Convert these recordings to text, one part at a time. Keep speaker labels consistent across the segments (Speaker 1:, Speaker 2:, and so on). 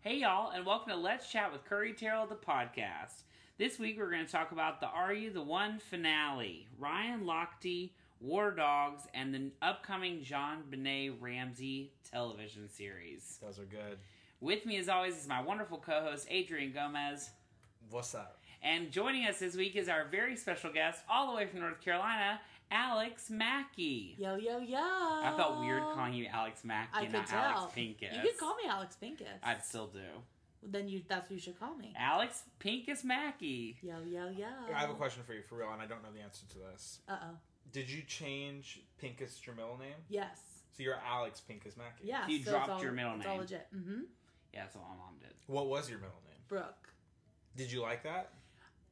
Speaker 1: Hey, y'all, and welcome to Let's Chat with Curry Terrell, the podcast. This week we're going to talk about the Are You the One finale, Ryan Lochte, War Dogs, and the upcoming John Benet Ramsey television series.
Speaker 2: Those are good.
Speaker 1: With me, as always, is my wonderful co host, Adrian Gomez.
Speaker 2: What's up?
Speaker 1: And joining us this week is our very special guest, all the way from North Carolina, Alex Mackey.
Speaker 3: Yo, yo, yo.
Speaker 1: I
Speaker 3: I
Speaker 1: felt weird calling you Alex Mackey,
Speaker 3: I
Speaker 1: and
Speaker 3: could
Speaker 1: not
Speaker 3: tell.
Speaker 1: Alex Pincus.
Speaker 3: You could call me Alex Pincus.
Speaker 1: I still do.
Speaker 3: Then you that's what you should call me.
Speaker 1: Alex Pincus Mackey.
Speaker 3: Yo, yo, yo.
Speaker 2: I have a question for you, for real, and I don't know the answer to this.
Speaker 3: Uh oh.
Speaker 2: Did you change Pincus your middle name?
Speaker 3: Yes.
Speaker 2: So you're Alex Pincus Mackey.
Speaker 3: Yeah.
Speaker 1: You
Speaker 3: so it's
Speaker 1: dropped
Speaker 3: all-
Speaker 1: your middle
Speaker 3: It's all
Speaker 1: name.
Speaker 3: legit. Mm-hmm.
Speaker 1: Yeah, that's what my mom did.
Speaker 2: What was your middle name?
Speaker 3: Brooke.
Speaker 2: Did you like that?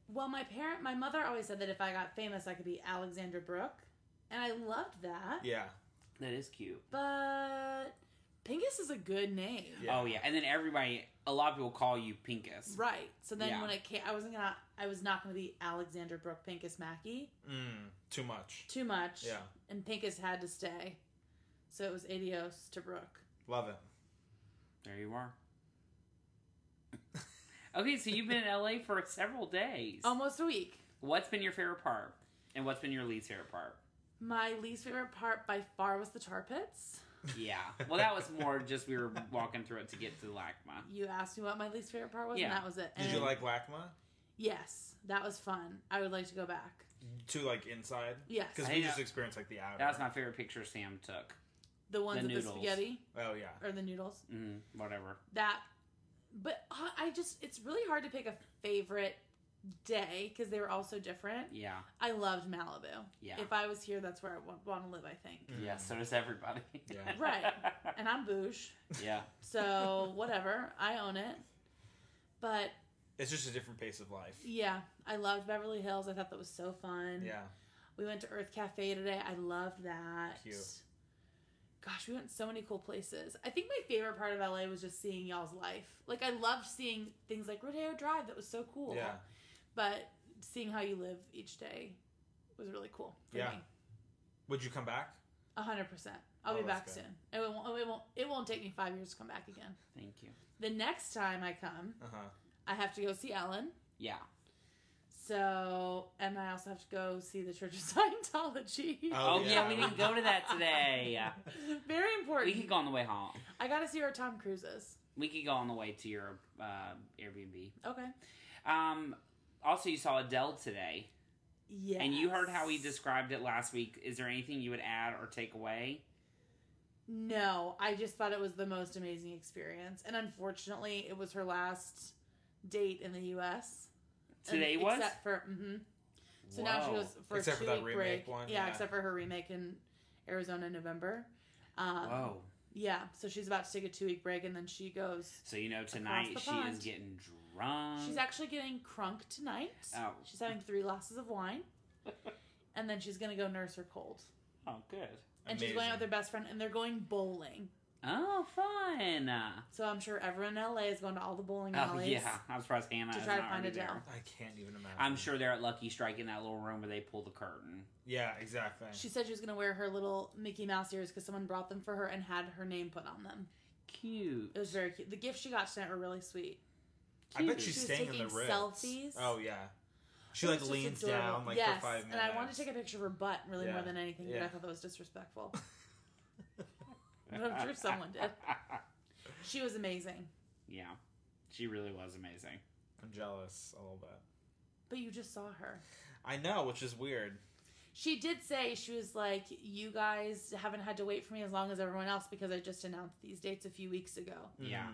Speaker 3: Well, my parent, my mother always said that if I got famous, I could be Alexandra Brooke, and I loved that.
Speaker 2: Yeah.
Speaker 1: That is cute.
Speaker 3: But Pincus is a good name.
Speaker 2: Yeah.
Speaker 1: Oh yeah, and then everybody, a lot of people call you Pincus.
Speaker 3: Right. So then
Speaker 1: Yeah.
Speaker 3: when it came, I wasn't gonna, I was not gonna be Alexandra Brooke Pincus Mackey
Speaker 2: Mm, too much.
Speaker 3: too much.
Speaker 2: Yeah.
Speaker 3: And Pincus had to stay, so it was Adios to Brooke.
Speaker 2: Love it.
Speaker 1: There you are. okay, so you've been in LA for several days.
Speaker 3: Almost a week.
Speaker 1: What's been your favorite part, and what's been your least favorite part?
Speaker 3: My least favorite part by far was the tar pits.
Speaker 1: Yeah. Well, that was more just we were walking through it to get to LACMA.
Speaker 3: You asked me what my least favorite part was,
Speaker 1: Yeah.
Speaker 3: and that was it.
Speaker 2: Did
Speaker 3: And
Speaker 2: you like LACMA?
Speaker 3: Yes, that was fun. I would like to go back.
Speaker 2: To like inside?
Speaker 3: Yes,
Speaker 2: Because
Speaker 1: I
Speaker 2: we
Speaker 1: know.
Speaker 2: just experienced like the outer.
Speaker 1: That was my favorite picture Sam took.
Speaker 3: the ones
Speaker 1: the
Speaker 3: with the
Speaker 1: noodles.
Speaker 3: spaghetti
Speaker 2: oh yeah.
Speaker 3: or the noodles.
Speaker 1: Mm, whatever.
Speaker 3: That, but I I just it's really hard to pick a favorite day because they were all so different.
Speaker 1: Yeah.
Speaker 3: I loved Malibu.
Speaker 1: Yeah.
Speaker 3: If I was here, that's where I would want to live. I think.
Speaker 2: Mm.
Speaker 1: Yeah. So does everybody.
Speaker 2: Yeah.
Speaker 1: Right.
Speaker 3: And I'm bouge,
Speaker 1: yeah.
Speaker 3: so whatever. I own it. But
Speaker 2: It's just a different pace of life.
Speaker 3: yeah, I loved Beverly Hills. I thought that was so fun.
Speaker 2: Yeah.
Speaker 3: We went to Earth Cafe today. I loved that.
Speaker 2: Cute.
Speaker 3: Gosh, we went so many cool places. I think my favorite part of LA was just seeing y'all's life. Like I loved seeing things like Rodeo Drive. That was so cool.
Speaker 2: Yeah.
Speaker 3: But seeing how you live each day was really cool for
Speaker 2: Yeah.
Speaker 3: me.
Speaker 2: Would you come back?
Speaker 3: A hundred percent. I'll
Speaker 2: Oh,
Speaker 3: be back
Speaker 2: that's good.
Speaker 3: soon. It won't, it won't. It won't take me five years to come back again.
Speaker 1: Thank you.
Speaker 3: The next time I come,
Speaker 2: Uh huh.
Speaker 3: I have to go see Ellen.
Speaker 1: Yeah.
Speaker 3: So, and I also have to go see the Church of Scientology.
Speaker 1: Oh, yeah, we didn't go to that today.
Speaker 3: Very
Speaker 1: We
Speaker 3: important.
Speaker 1: could go on the way home.
Speaker 3: I got to see where Tom Cruise is.
Speaker 1: We could go on the way to your uh, Airbnb.
Speaker 3: Okay.
Speaker 1: Um, also, you saw Adele today,
Speaker 3: Yeah.
Speaker 1: and you heard how we described it last week. Is there anything you would add or take away?
Speaker 3: No, I just thought it was the most amazing experience, and unfortunately, it was her last date in the U.S. And
Speaker 1: Today was.
Speaker 3: Um, except for hmm so now she
Speaker 1: Whoa.
Speaker 3: goes for
Speaker 2: Except
Speaker 3: a
Speaker 2: for
Speaker 3: two
Speaker 2: that
Speaker 3: week
Speaker 2: remake
Speaker 3: break.
Speaker 2: one,
Speaker 3: yeah,
Speaker 2: yeah.
Speaker 3: except for her remake in Arizona in November. Um,
Speaker 1: Whoa!
Speaker 3: Yeah, so she's about to take a two week break, and then she goes.
Speaker 1: So you know tonight
Speaker 3: the
Speaker 1: she
Speaker 3: pond.
Speaker 1: is getting drunk.
Speaker 3: She's actually getting crunk tonight.
Speaker 1: Um, Oh.
Speaker 3: She's having three glasses of wine, and then she's gonna go nurse her cold.
Speaker 1: oh, good.
Speaker 3: And she's going out with her best friend, and they're going bowling.
Speaker 1: Oh, fun.
Speaker 3: So I'm sure everyone in LA is going to all the bowling
Speaker 1: Oh
Speaker 3: alleys.
Speaker 1: yeah, I'm surprised Hannah
Speaker 3: to
Speaker 1: is
Speaker 3: try to
Speaker 1: not
Speaker 3: find
Speaker 1: already
Speaker 3: Adele.
Speaker 1: there.
Speaker 2: I can't even imagine.
Speaker 1: I'm sure they're at Lucky Strike in that little room where they pull the curtain.
Speaker 2: Yeah, exactly.
Speaker 3: She said she was gonna wear her little Mickey Mouse ears because someone brought them for her and had her name put on them.
Speaker 1: Cute.
Speaker 3: It was very cute. The gifts she got tonight were really sweet.
Speaker 2: I bet
Speaker 1: Cute.
Speaker 2: she's
Speaker 3: She was
Speaker 2: staying in the
Speaker 3: taking
Speaker 2: Ritz.
Speaker 3: selfies.
Speaker 2: Oh yeah, she
Speaker 3: It
Speaker 2: like
Speaker 3: was just
Speaker 2: leans
Speaker 3: adorable.
Speaker 2: down like
Speaker 3: yes,
Speaker 2: for five minutes.
Speaker 3: and I wanted to take a picture of her butt really
Speaker 2: Yeah.
Speaker 3: more than anything, but
Speaker 2: Yeah.
Speaker 3: I thought that was disrespectful. but I'm sure someone did. She was amazing,
Speaker 1: yeah, she really was amazing.
Speaker 2: I'm jealous a little bit.
Speaker 3: but you just saw her.
Speaker 2: I know, which is weird.
Speaker 3: She did say she was like, "You guys haven't had to wait for me as long as everyone else because I just announced these dates a few weeks ago."
Speaker 1: Yeah.
Speaker 2: Mhm.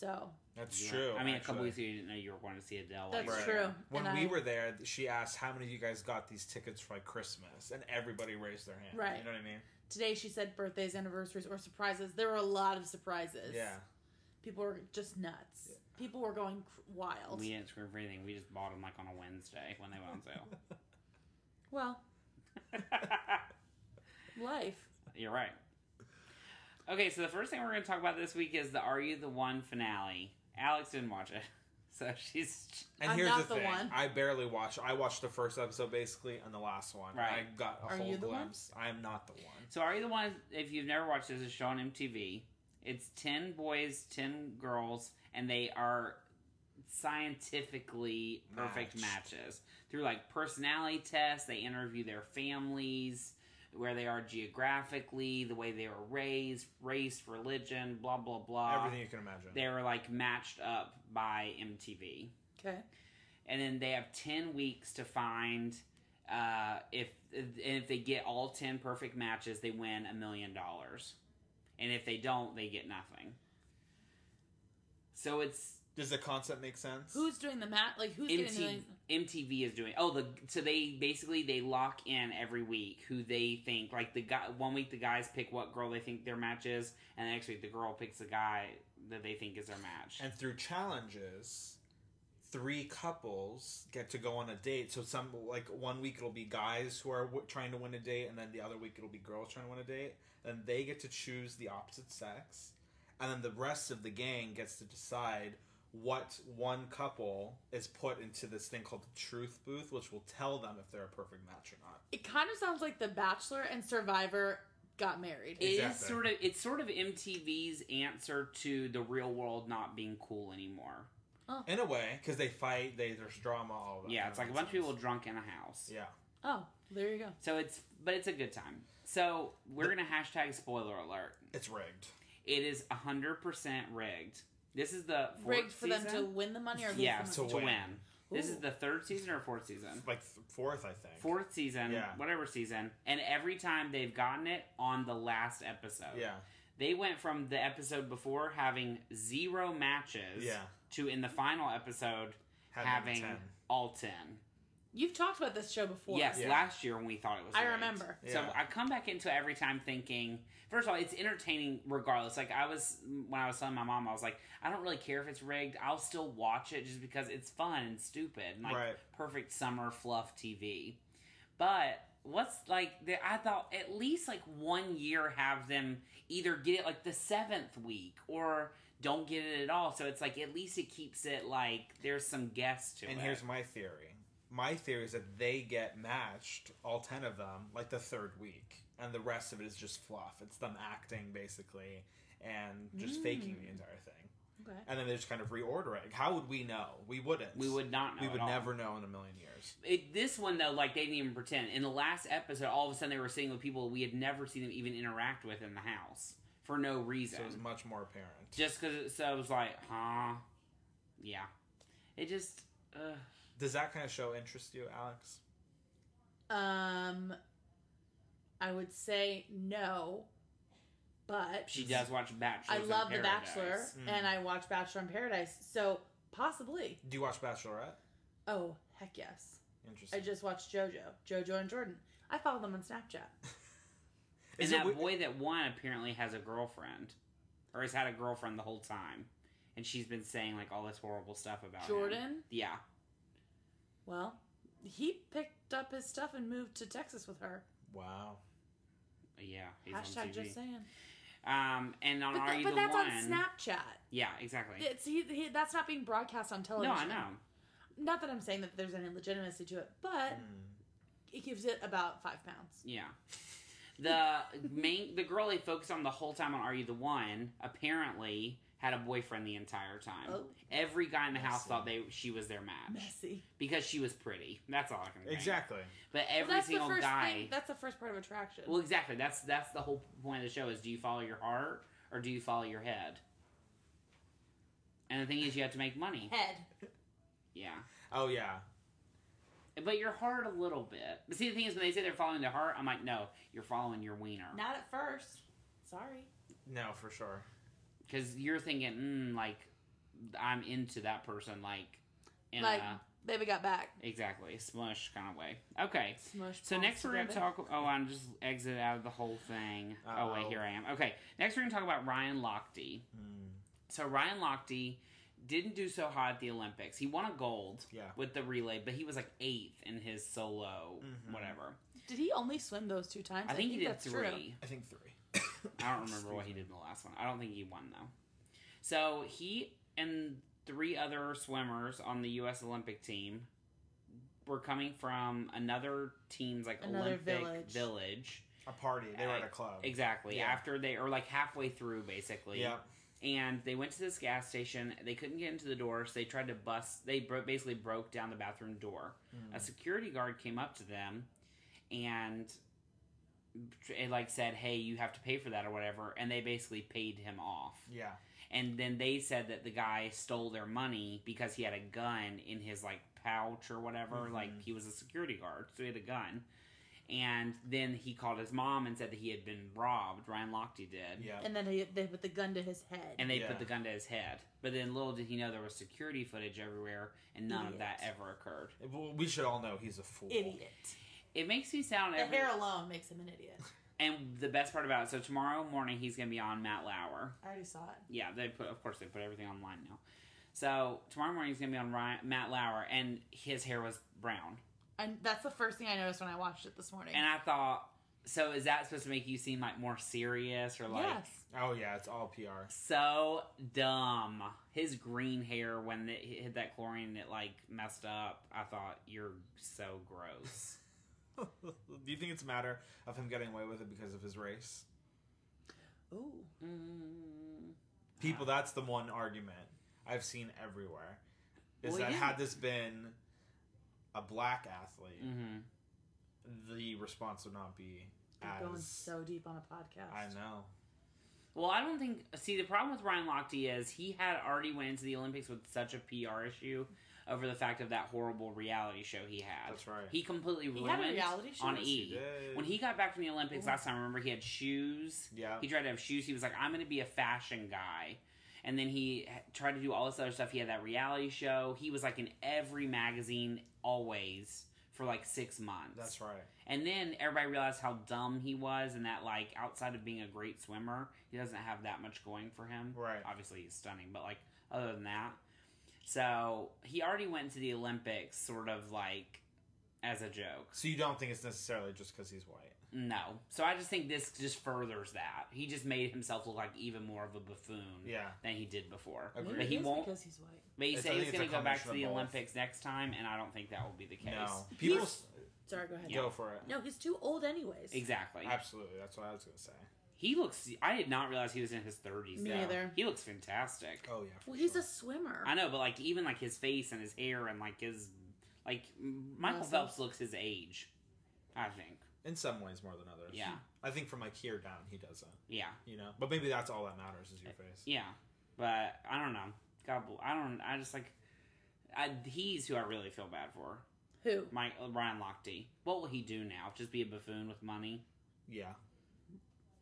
Speaker 3: So
Speaker 2: that's
Speaker 1: Yeah.
Speaker 2: true.
Speaker 1: I mean, a couple
Speaker 2: actually.
Speaker 1: weeks ago you didn't know you were going to see Adele.
Speaker 3: That's
Speaker 1: like,
Speaker 2: Right.
Speaker 3: true.
Speaker 2: When
Speaker 3: And
Speaker 2: we
Speaker 3: I-
Speaker 2: were there, she asked how many of you guys got these tickets for like Christmas, and everybody raised their hand.
Speaker 3: Right.
Speaker 2: You know what I mean?
Speaker 3: today she said birthdays, anniversaries, or surprises. There were a lot of surprises.
Speaker 2: Yeah.
Speaker 3: people were just nuts.
Speaker 2: Yeah.
Speaker 3: People were going cr- wild.
Speaker 1: We didn't scream for anything. We just bought them like on a Wednesday when they went on sale.
Speaker 3: Well, life.
Speaker 1: You're right. Okay, so the first thing we're going to talk about this week is the Are You the One finale. Alex didn't watch it, so she's
Speaker 2: And
Speaker 3: I'm
Speaker 2: here's the
Speaker 3: not the
Speaker 2: thing:
Speaker 3: one.
Speaker 2: I barely watched. I watched the first episode basically, and the last one.
Speaker 1: Right.
Speaker 2: I got a
Speaker 3: Are
Speaker 2: whole
Speaker 3: you the one?
Speaker 2: glimpse. I'm not the one.
Speaker 1: so. Are You the One? If you've never watched this, is show on MTV. It's 10 boys, 10 girls, and they are scientifically perfect
Speaker 2: Matched.
Speaker 1: matches. Through like personality tests, they interview their families, where they are geographically, the way they were raised, race, religion, blah, blah, blah.
Speaker 2: Everything you can imagine.
Speaker 1: They were like matched up by MTV
Speaker 3: Okay.
Speaker 1: and then they have 10 weeks to find uh, if and if they get all 10 perfect matches they win a million dollars and if they don't they get nothing so it's
Speaker 2: Does the concept make sense?
Speaker 3: Who's doing the mat? Like who's getting
Speaker 1: MTV,
Speaker 3: doing?
Speaker 1: MTV is doing oh the so they basically they lock in every week who they think like the guy one week the guys pick what girl they think their match is and the next week the girl picks the guy that they think is their match
Speaker 2: and through challenges three couples get to go on a date so some like one week it'll be guys who are w- trying to win a date and then the other week it'll be girls trying to win a date and they get to choose the opposite sex and then the rest of the gang gets to decide what one couple is put into this thing called the truth booth which will tell them if they're a perfect match or not
Speaker 3: It kind of sounds like The Bachelor and Survivor got married.
Speaker 1: It is
Speaker 2: Exactly.
Speaker 1: sort of it's sort of MTV's answer to the real world not being cool anymore.
Speaker 2: in a way because they fight they there's drama all that
Speaker 1: yeah,
Speaker 2: kind
Speaker 1: it's
Speaker 2: of
Speaker 1: like a bunch of people
Speaker 2: nonsense.
Speaker 1: drunk in a house.
Speaker 2: yeah
Speaker 3: oh, there you go.
Speaker 1: So it's but it's a good time. So we're gonna hashtag spoiler alert.
Speaker 2: it's rigged
Speaker 1: It is hundred percent rigged. This is the fourth
Speaker 3: Rigged for
Speaker 1: season?
Speaker 3: them to win the money or lose
Speaker 1: yeah
Speaker 3: the
Speaker 1: to
Speaker 3: money.
Speaker 2: so-
Speaker 1: win.
Speaker 2: win.
Speaker 1: This is
Speaker 3: Ooh.
Speaker 1: the third season or fourth season.
Speaker 2: like th- fourth i think
Speaker 1: Fourth season,
Speaker 2: Yeah.
Speaker 1: whatever season, and every time they've gotten it on the last episode.
Speaker 2: yeah
Speaker 1: They went from the episode before having zero matches
Speaker 2: yeah
Speaker 1: to in the final episode having
Speaker 2: 10.
Speaker 1: all 10.
Speaker 3: You've talked about this show before.
Speaker 1: Yes,
Speaker 2: Yeah.
Speaker 1: last year when we thought it was.
Speaker 3: I
Speaker 1: rigged.
Speaker 3: remember.
Speaker 1: So
Speaker 2: Yeah.
Speaker 1: I come back into it every time thinking, first of all, it's entertaining regardless. Like I was, when I was telling my mom, I was like, I don't really care if it's rigged. I'll still watch it just because it's fun and stupid. And like
Speaker 2: Right.
Speaker 1: perfect summer fluff TV. But what's like, the, I thought at least like one year have them either get it like the seventh week or don't get it at all. So it's like at least it keeps it like there's some guess to it.
Speaker 2: And here's my theory. My theory is that they get matched, all ten of them, like the third week, and the rest of it is just fluff. It's them acting basically and just faking the
Speaker 3: Mm.
Speaker 2: entire thing,
Speaker 3: Okay.
Speaker 2: and then they just kind of reorder it. How would we know? We wouldn't.
Speaker 1: we would not know.
Speaker 2: We
Speaker 1: at
Speaker 2: would
Speaker 1: all.
Speaker 2: never know in a million years.
Speaker 1: It, this one though, like they didn't even pretend. In the last episode, all of a sudden they were sitting with people we had never seen them even interact with in the house for no reason.
Speaker 2: So it was much more apparent.
Speaker 1: just because, so it was like, huh? Yeah. It just, uh,
Speaker 2: Does that kind of show interest you, Alex?
Speaker 3: Um, I would say no, but
Speaker 1: she does watch Bachelor.
Speaker 3: I love The Bachelor
Speaker 2: Mm.
Speaker 3: and I watch Bachelor in Paradise, so possibly.
Speaker 2: Do you watch Bachelorette?
Speaker 3: Oh heck yes! I
Speaker 2: Interesting.
Speaker 3: just watched JoJo, JoJo and Jordan. I follow them on Snapchat.
Speaker 1: Oh, And
Speaker 2: Is it
Speaker 1: that
Speaker 2: wi-
Speaker 1: boy that won apparently has a girlfriend, or has had a girlfriend the whole time, and she's been saying like all this horrible stuff about him.
Speaker 3: Jordan,
Speaker 1: Yeah,
Speaker 3: well, he picked up his stuff and moved to Texas with her.
Speaker 2: Wow.
Speaker 1: yeah. He's on
Speaker 3: Hashtag
Speaker 1: TV.
Speaker 3: just saying.
Speaker 1: Um, and on
Speaker 3: But,
Speaker 1: Are
Speaker 3: that-
Speaker 1: You
Speaker 3: but
Speaker 1: the
Speaker 3: that's
Speaker 1: One?
Speaker 3: on Snapchat.
Speaker 1: Yeah, exactly.
Speaker 3: It's he, he, that's not being broadcast on
Speaker 1: no,
Speaker 3: television.
Speaker 1: I know.
Speaker 3: Not that I'm saying that there's any legitimacy to it, but
Speaker 2: Mm.
Speaker 3: it gives it about five pounds.
Speaker 1: Yeah. The main the girl they focused on the whole time on Are You the One apparently had a boyfriend the entire time.
Speaker 3: Oh,
Speaker 1: Every guy in the house
Speaker 2: Messy.
Speaker 1: thought they she was their match
Speaker 3: messy.
Speaker 1: because she was pretty. That's all I can think.
Speaker 2: Exactly.
Speaker 1: But every
Speaker 3: Well, that's
Speaker 1: single
Speaker 3: the first
Speaker 1: guy.
Speaker 3: Thing, that's the first part of attraction.
Speaker 1: well, exactly. That's that's the whole point of the show is do you follow your heart or do you follow your head? And the thing is, you have to make money.
Speaker 3: Head.
Speaker 1: Yeah.
Speaker 2: Oh yeah.
Speaker 1: But your heart a little bit. But see, the thing is, when they say they're following their heart, I'm like, no, you're following your wiener.
Speaker 3: Not at first. Sorry.
Speaker 2: No, for sure.
Speaker 1: because you're thinking mm, like i'm into that person like in
Speaker 3: Like-
Speaker 1: a
Speaker 3: Baby got back.
Speaker 1: exactly smush kind of way okay
Speaker 3: Smush.
Speaker 1: so
Speaker 3: palms
Speaker 1: next we're going to
Speaker 3: together.
Speaker 1: talk oh i'm just exited out of the whole thing oh wait
Speaker 2: Uh-oh.
Speaker 1: here i am okay next we're going to talk about ryan lochte
Speaker 2: Mm.
Speaker 1: so ryan lochte didn't do so hot at the olympics he won a gold
Speaker 2: Yeah.
Speaker 1: with the relay but he was like eighth in his solo
Speaker 2: Mhm.
Speaker 1: whatever
Speaker 3: Did he only swim those two times?
Speaker 1: i think he did
Speaker 3: that's true.
Speaker 1: three
Speaker 2: I think three.
Speaker 1: I don't remember what he did in the last one. I don't think he won though. So he and three other swimmers on the U.S. Olympic team were coming from another team's like
Speaker 3: Another
Speaker 1: Olympic
Speaker 3: village.
Speaker 1: village
Speaker 2: a party. They were at
Speaker 1: Uh,
Speaker 2: a club.
Speaker 1: Exactly.
Speaker 2: Yeah.
Speaker 1: After they or like halfway through basically.
Speaker 2: Yeah.
Speaker 1: And they went to this gas station. They couldn't get into the door, so they tried to bust. They bro- basically broke down the bathroom door.
Speaker 2: Mm.
Speaker 1: A security guard came up to them, and it like said, "Hey, you have to pay for that or whatever." And they basically paid him off.
Speaker 2: Yeah.
Speaker 1: And then they said that the guy stole their money because he had a gun in his like pouch or whatever.
Speaker 2: Mhm.
Speaker 1: Like he was a security guard, so he had a gun. And then he called his mom and said that he had been robbed. Ryan Lochte did.
Speaker 2: Yeah.
Speaker 3: And then he, they put the gun to his head.
Speaker 1: And they
Speaker 2: Yeah.
Speaker 1: put the gun to his head. But then little did he know there was security footage everywhere and none of that
Speaker 3: Idiot.
Speaker 1: ever occurred.
Speaker 2: Well, we should all know he's a fool.
Speaker 3: idiot.
Speaker 1: It makes me sound
Speaker 3: The
Speaker 1: every
Speaker 3: hair alone makes him an idiot.
Speaker 1: and the best part about it, so tomorrow morning he's gonna be on Matt Lauer.
Speaker 3: I already saw it.
Speaker 1: Yeah, they put of course they put everything online now. So tomorrow morning he's gonna be on Ryan, Matt Lauer and his hair was brown.
Speaker 3: And that's the first thing I noticed when I watched it this morning.
Speaker 1: And I thought, so is that supposed to make you seem like more serious or like
Speaker 3: yes.
Speaker 2: Oh yeah, it's all PR.
Speaker 1: so dumb? His green hair when it hit that chlorine, it like messed up. I thought you're so gross.
Speaker 2: Do you think it's a matter of him getting away with it because of his race?
Speaker 3: Ooh.
Speaker 1: Mm.
Speaker 2: People, that's the one argument I've seen everywhere. Is
Speaker 1: Well,
Speaker 2: that
Speaker 1: yeah.
Speaker 2: had this been a black athlete,
Speaker 1: Mhm. Mm.
Speaker 2: the response would not be
Speaker 3: You're
Speaker 2: as.
Speaker 3: going so deep on a podcast.
Speaker 2: I know.
Speaker 1: Well, I don't think. See, the problem with Ryan Lochte is he had already went into the Olympics with such a PR issue over the fact of that horrible reality show he had.
Speaker 2: That's right.
Speaker 1: He completely
Speaker 3: He
Speaker 1: ruined
Speaker 3: had a reality show?
Speaker 1: on
Speaker 3: Yes,
Speaker 1: E. When he got back from the Olympics last time, remember he had shoes.
Speaker 2: Yeah.
Speaker 1: He tried to have shoes. He was like, I'm going to be a fashion guy. And then he h- tried to do all this other stuff. He had that reality show. He was like in every magazine always for like six months.
Speaker 2: That's right.
Speaker 1: And then everybody realized how dumb he was and that like outside of being a great swimmer, he doesn't have that much going for him.
Speaker 2: Right.
Speaker 1: Obviously he's stunning, but like other than that. So he already went to the Olympics sort of like as a joke.
Speaker 2: So you don't think it's necessarily just because he's white?
Speaker 1: No. So I just think this just furthers that. He just made himself look like even more of a buffoon
Speaker 2: Yeah.
Speaker 1: than he did before.
Speaker 2: Agreed.
Speaker 1: But he
Speaker 3: it is
Speaker 1: won't-
Speaker 3: because he's white.
Speaker 1: But he
Speaker 2: It's- I
Speaker 1: said
Speaker 2: think
Speaker 1: he's
Speaker 2: it's a
Speaker 1: going to go back to
Speaker 2: combination
Speaker 1: the
Speaker 2: of both.
Speaker 1: Olympics next time, and I don't think that will be the case.
Speaker 2: No. People
Speaker 3: He's- Sorry, go ahead.
Speaker 2: go for it.
Speaker 3: No, he's too old anyways.
Speaker 1: Exactly.
Speaker 2: Absolutely. That's what I was going to say.
Speaker 1: He looks. I did not realize he was in his thirties.
Speaker 3: Me
Speaker 1: now.
Speaker 3: either.
Speaker 1: He looks fantastic.
Speaker 2: Oh, yeah. for
Speaker 3: Well, he's
Speaker 2: sure.
Speaker 3: a swimmer.
Speaker 1: I know, but like even like his face and his hair and like his like m- Michael
Speaker 3: Muscles.
Speaker 1: Phelps looks his age. I think.
Speaker 2: In some ways more than others.
Speaker 1: Yeah.
Speaker 2: I think from like here down, he doesn't.
Speaker 1: Yeah.
Speaker 2: You know? But maybe that's all that matters is your
Speaker 1: Uh,
Speaker 2: face.
Speaker 1: Yeah. But I don't know. God, bl- I don't. I just like. I, he's who I really feel bad for.
Speaker 3: Who?
Speaker 1: Mike Ryan Lochte. What will he do now? Just be a buffoon with money?
Speaker 2: Yeah.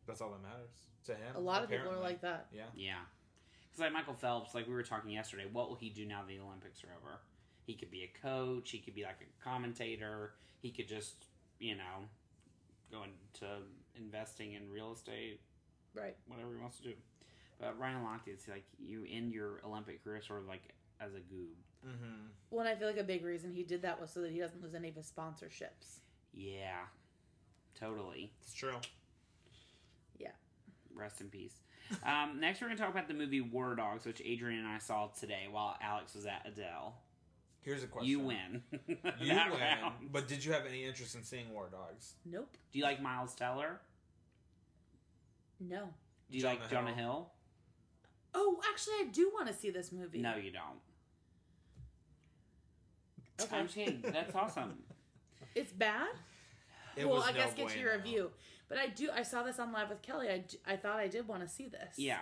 Speaker 2: That's all that matters to him.
Speaker 3: A lot of people
Speaker 2: apparently.
Speaker 3: are like that.
Speaker 2: Yeah.
Speaker 1: Yeah. Because like Michael Phelps, like we were talking yesterday, what will he do now the Olympics are over? He could be a coach. He could be like a commentator. He could just, you know, go into investing in real estate,
Speaker 3: Right.
Speaker 1: whatever he wants to do. But Ryan Lochte, it's like you end your Olympic career sort of like as a goob.
Speaker 2: Mm-hmm.
Speaker 3: Well, and I feel like a big reason he did that was so that he doesn't lose any of his sponsorships.
Speaker 1: Yeah. Totally.
Speaker 2: It's true.
Speaker 1: Rest in peace. Um, next, we're going to talk about the movie War Dogs, which Adrian and I saw today while Alex was at Adele.
Speaker 2: Here's a question.
Speaker 1: You win.
Speaker 2: You
Speaker 1: That
Speaker 2: win.
Speaker 1: round.
Speaker 2: But did you have any interest in seeing War Dogs?
Speaker 3: Nope.
Speaker 1: Do you like Miles Teller?
Speaker 3: No.
Speaker 1: Do you
Speaker 2: Jonah
Speaker 1: like Jonah
Speaker 2: Hill.
Speaker 1: Hill?
Speaker 3: Oh, actually, I do want to see this movie.
Speaker 1: No, you don't.
Speaker 3: Okay.
Speaker 1: I'm saying that's awesome.
Speaker 3: It's bad?
Speaker 2: It
Speaker 3: well,
Speaker 2: was
Speaker 3: I
Speaker 2: no
Speaker 3: guess get to your
Speaker 2: bueno.
Speaker 3: review. But I do. I saw this on Live with Kelly. I, d- I thought I did want to see this.
Speaker 1: Yeah.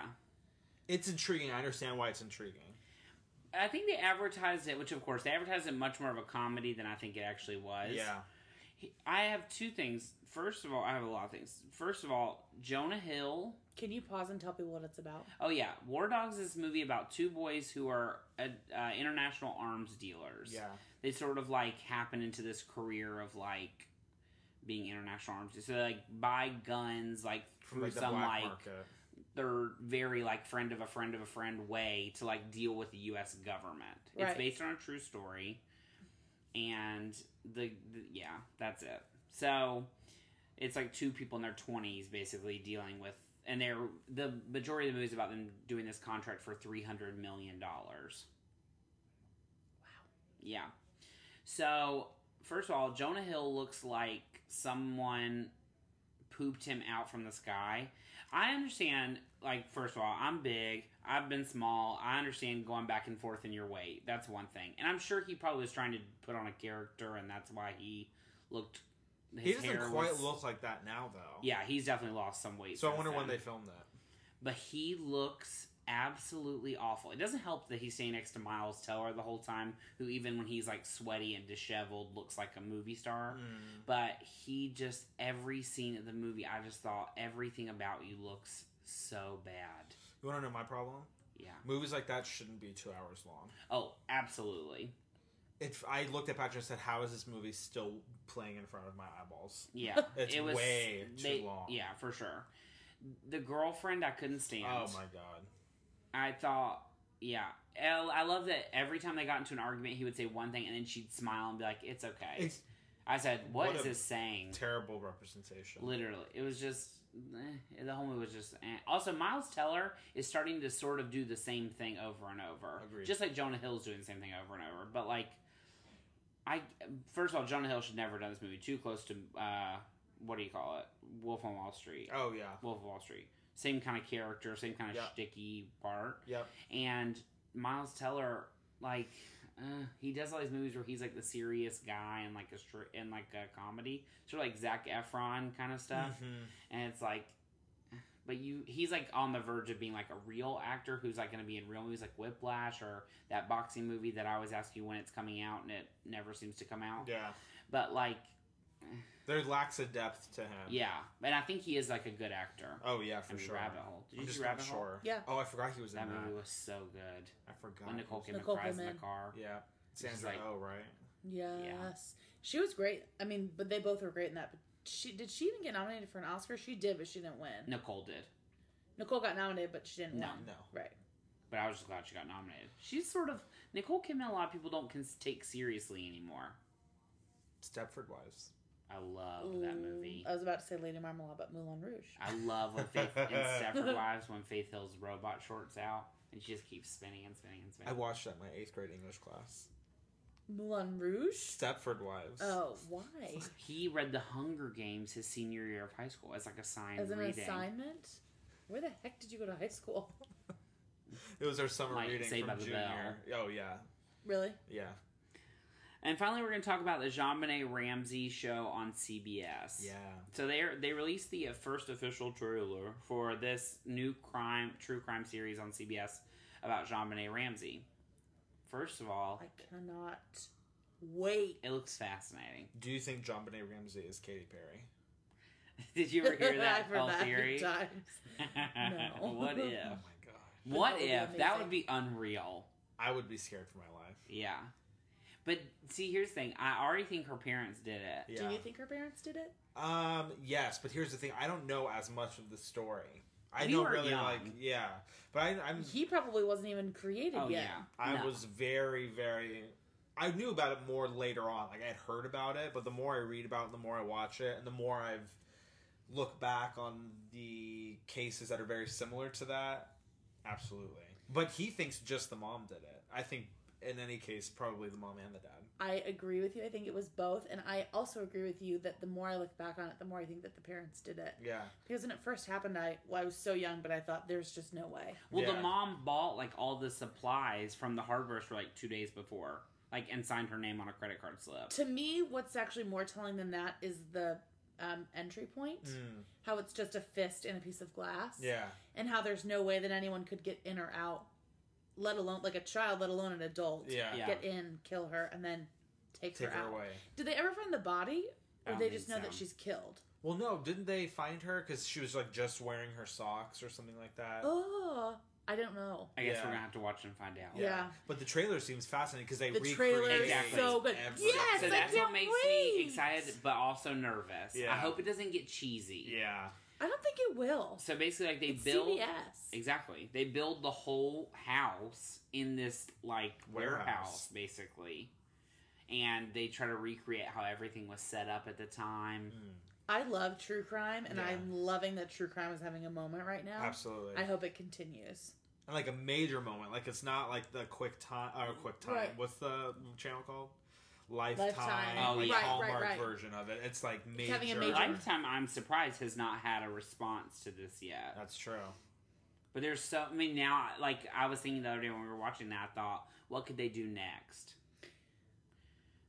Speaker 2: It's intriguing. I understand why it's intriguing.
Speaker 1: I think they advertised it, which of course they advertised it much more of a comedy than I think it actually was.
Speaker 2: Yeah.
Speaker 1: I have two things. First of all, I have a lot of things. First of all, Jonah Hill.
Speaker 3: Can you pause and tell people what it's about?
Speaker 1: Oh yeah, War Dogs is a movie about two boys who are uh, uh, international arms dealers.
Speaker 2: Yeah.
Speaker 1: they sort of like happen into this career of like being international arms. So they like buy guns like through
Speaker 2: Like the
Speaker 1: some
Speaker 2: black
Speaker 1: like
Speaker 2: market.
Speaker 1: their very like friend of a friend of a friend way to like deal with the U.S. government. It's
Speaker 3: Right.
Speaker 1: based on a true story, and the, the yeah, that's it. So it's like two people in their twenties basically dealing with, and they're the majority of the movie is about them doing this contract for three hundred million dollars. Wow. Yeah. So first of all, Jonah Hill looks like someone pooped him out from the sky. I understand, like, first of all, I'm big. I've been small. I understand going back and forth in your weight. That's one thing. And I'm sure he probably was trying to put on a character, and that's why he looked. His
Speaker 2: he doesn't
Speaker 1: hair
Speaker 2: quite
Speaker 1: was-
Speaker 2: look like that now, though.
Speaker 1: Yeah, he's definitely lost some weight.
Speaker 2: So I
Speaker 1: since
Speaker 2: wonder when
Speaker 1: then.
Speaker 2: they filmed that.
Speaker 1: But he looks absolutely awful. It doesn't help that he's staying next to Miles Teller the whole time, who, even when he's like sweaty and disheveled, looks like a movie star. But he just every scene of the movie, I just thought everything about you looks so bad.
Speaker 2: You want to know my problem?
Speaker 1: Yeah.
Speaker 2: Movies like that shouldn't be two hours long.
Speaker 1: Oh, absolutely.
Speaker 2: If I looked at Patrick and said, "How is this movie still playing in front of my eyeballs?"
Speaker 1: Yeah.
Speaker 2: It's way too
Speaker 1: they-
Speaker 2: long.
Speaker 1: Yeah, for sure. The girlfriend I couldn't stand.
Speaker 2: Oh my god!
Speaker 1: I thought, yeah. El, I love that every time they got into an argument, he would say one thing and then she'd smile and be like, it's okay.
Speaker 2: It's
Speaker 1: I said, what
Speaker 2: What
Speaker 1: is
Speaker 2: a-
Speaker 1: this saying?
Speaker 2: terrible representation.
Speaker 1: Literally. It was just, eh, the whole movie was just. Eh. Also, Miles Teller is starting to sort of do the same thing over and over.
Speaker 2: Agreed.
Speaker 1: Just like Jonah Hill's doing the same thing over and over. But, like, I. First of all, Jonah Hill should never have done this movie too close to, uh, what do you call it? Wolf on Wall Street.
Speaker 2: Oh yeah.
Speaker 1: Wolf of Wall Street. Same kind of character, same kind of
Speaker 2: Yeah.
Speaker 1: sticky part
Speaker 2: Yep.
Speaker 1: and Miles Teller, like, uh, he does all these movies where he's like the serious guy and like a str- and like a comedy, sort of like Zach Efron kind of stuff,
Speaker 2: Mhm.
Speaker 1: and it's like, but you, he's like on the verge of being like a real actor who's like going to be in real movies like Whiplash or that boxing movie that I always ask you when it's coming out and it never seems to come out,
Speaker 2: Yeah.
Speaker 1: but like,
Speaker 2: There lacks a depth to him.
Speaker 1: yeah, and I think he is like a good actor.
Speaker 2: Oh yeah,
Speaker 1: I
Speaker 2: for
Speaker 1: mean,
Speaker 2: sure.
Speaker 1: Rabbit Hole. Did
Speaker 2: I'm
Speaker 1: you
Speaker 2: just
Speaker 1: see Rabbit
Speaker 2: not
Speaker 1: Hole?
Speaker 2: sure.
Speaker 3: Yeah.
Speaker 2: Oh, I forgot he was in
Speaker 1: That
Speaker 2: that.
Speaker 1: movie was so good.
Speaker 2: I forgot.
Speaker 1: When Nicole
Speaker 2: he
Speaker 1: Kidman
Speaker 3: Nicole
Speaker 1: cries in the
Speaker 3: Kidman.
Speaker 1: car.
Speaker 2: was- Yeah. Sandra.
Speaker 1: like-
Speaker 2: oh right.
Speaker 3: Yes. She was great. I mean, but they both were great in that. But she did she even get nominated for an Oscar? She did, but she didn't win.
Speaker 1: Nicole did.
Speaker 3: Nicole got nominated, but she didn't
Speaker 1: No.
Speaker 3: win.
Speaker 2: No.
Speaker 3: Right.
Speaker 1: But I was just glad she got nominated. She's sort of Nicole Kidman. A lot of people don't cons- take seriously anymore.
Speaker 2: Stepford Wives.
Speaker 1: I love that
Speaker 3: Ooh,
Speaker 1: movie.
Speaker 3: I was about to say Lady Marmalade, but Moulin Rouge.
Speaker 1: I love when Faith and Separate Wives when Faith Hill's robot shorts out and she just keeps spinning and spinning and
Speaker 2: I
Speaker 1: spinning.
Speaker 2: watched that in my eighth grade English class.
Speaker 3: Moulin Rouge.
Speaker 2: Stepford Wives.
Speaker 3: Oh, why?
Speaker 1: he read The Hunger Games his senior year of high school as like a sign
Speaker 3: As an
Speaker 1: reading.
Speaker 3: assignment. Where the heck did you go to high school?
Speaker 2: It was our summer
Speaker 1: Like
Speaker 2: reading
Speaker 1: Saved by
Speaker 2: from
Speaker 1: the
Speaker 2: junior. Oh yeah,
Speaker 3: Really?
Speaker 2: yeah,
Speaker 1: And finally, we're going to talk about the Jean Benet Ramsey show on CBS.
Speaker 2: yeah.
Speaker 1: So they they released the uh, first official trailer for this new crime true crime series on CBS about Jean Benet Ramsey. First of all,
Speaker 3: I cannot wait.
Speaker 1: it looks fascinating.
Speaker 2: Do you think John Benet Ramsey is Katy Perry?
Speaker 1: Did you ever hear that
Speaker 3: I've heard
Speaker 1: whole
Speaker 3: that a few
Speaker 1: theory?
Speaker 3: times. No.
Speaker 1: what if?
Speaker 2: Oh my god,
Speaker 1: What
Speaker 3: would be
Speaker 1: if? That would
Speaker 3: amazing.
Speaker 1: be unreal.
Speaker 2: I would be scared for my life.
Speaker 1: Yeah. But see, here's the thing. I already think her parents did it.
Speaker 2: Yeah.
Speaker 3: Do you think her parents did it?
Speaker 2: um. Yes, but here's the thing. I don't know as much of the story. I
Speaker 1: We
Speaker 2: don't
Speaker 1: were
Speaker 2: really
Speaker 1: young.
Speaker 2: like. Yeah, but I, I'm.
Speaker 3: He probably wasn't even created
Speaker 1: Mm. Oh
Speaker 3: yet.
Speaker 1: yeah.
Speaker 2: I
Speaker 1: No.
Speaker 2: was very, very. I knew about it more later on. Like I had heard about it, but the more I read about it, the more I watch it, and the more I've looked back on the cases that are very similar to that. Absolutely, but he thinks just the mom did it. I think, in any case, probably the mom and the dad.
Speaker 3: I agree with you. I think it was both. And I also agree with you that the more I look back on it, the more I think that the parents did it.
Speaker 2: Yeah,
Speaker 3: Because when it first happened, I, well, I was so young, but I thought there's just no way.
Speaker 1: Well, the
Speaker 2: Yeah.
Speaker 1: mom bought like all the supplies from the hardware store like two days before, like and signed her name on a credit card slip.
Speaker 3: To me, what's actually more telling than that is the um, entry point.
Speaker 2: Mm,
Speaker 3: How it's just a fist in a piece of glass.
Speaker 2: yeah.
Speaker 3: And how there's no way that anyone could get in or out, let alone like a child, let alone an adult.
Speaker 2: Yeah.
Speaker 1: Yeah.
Speaker 3: Get in, kill her, and then take,
Speaker 2: Take
Speaker 3: her,
Speaker 2: her
Speaker 3: out.
Speaker 2: away.
Speaker 3: Did they ever find the body?
Speaker 1: I
Speaker 3: Or
Speaker 1: don't
Speaker 3: they
Speaker 1: think
Speaker 3: just know that
Speaker 1: so.
Speaker 3: she's killed?
Speaker 2: Well, no, didn't they find her because she was like just wearing her socks or something like that?
Speaker 3: Oh, I don't know.
Speaker 1: I guess
Speaker 2: Yeah.
Speaker 1: we're gonna have to watch and find out.
Speaker 3: Yeah.
Speaker 2: But the trailer seems fascinating because they
Speaker 3: The
Speaker 2: recreate
Speaker 3: trailer is
Speaker 1: Exactly.
Speaker 3: so good.
Speaker 2: everything.
Speaker 3: Yes,
Speaker 1: So
Speaker 3: I
Speaker 1: that's
Speaker 3: can't
Speaker 1: what makes me
Speaker 3: wait.
Speaker 1: excited, but also nervous. I
Speaker 2: Yeah.
Speaker 1: hope it doesn't get cheesy.
Speaker 2: Yeah.
Speaker 3: I don't think it will.
Speaker 1: So basically, like they
Speaker 3: It's
Speaker 1: build
Speaker 3: CBS.
Speaker 1: exactly, they build the whole house in this like warehouse,
Speaker 2: Warehouse.
Speaker 1: basically, and they try to recreate how everything was set up at the time.
Speaker 2: Mm,
Speaker 3: I love true crime, and
Speaker 2: Yeah.
Speaker 3: I'm loving that true crime is having a moment right now.
Speaker 2: absolutely.
Speaker 3: Oh. I hope it continues.
Speaker 2: And, like a major moment. Like it's not like the uh, quick time or quick time.
Speaker 3: Right.
Speaker 2: What's the channel called? Lifetime,
Speaker 3: Lifetime.
Speaker 1: Oh,
Speaker 2: like
Speaker 1: yeah. Right,
Speaker 2: Hallmark
Speaker 3: right, right.
Speaker 2: version of it. It's like major.
Speaker 3: having a major-
Speaker 1: Lifetime, I'm surprised, has not had a response to this yet.
Speaker 2: That's true.
Speaker 1: But there's so, I mean, now, like, I was thinking the other day when we were watching that, I thought, what could they do next?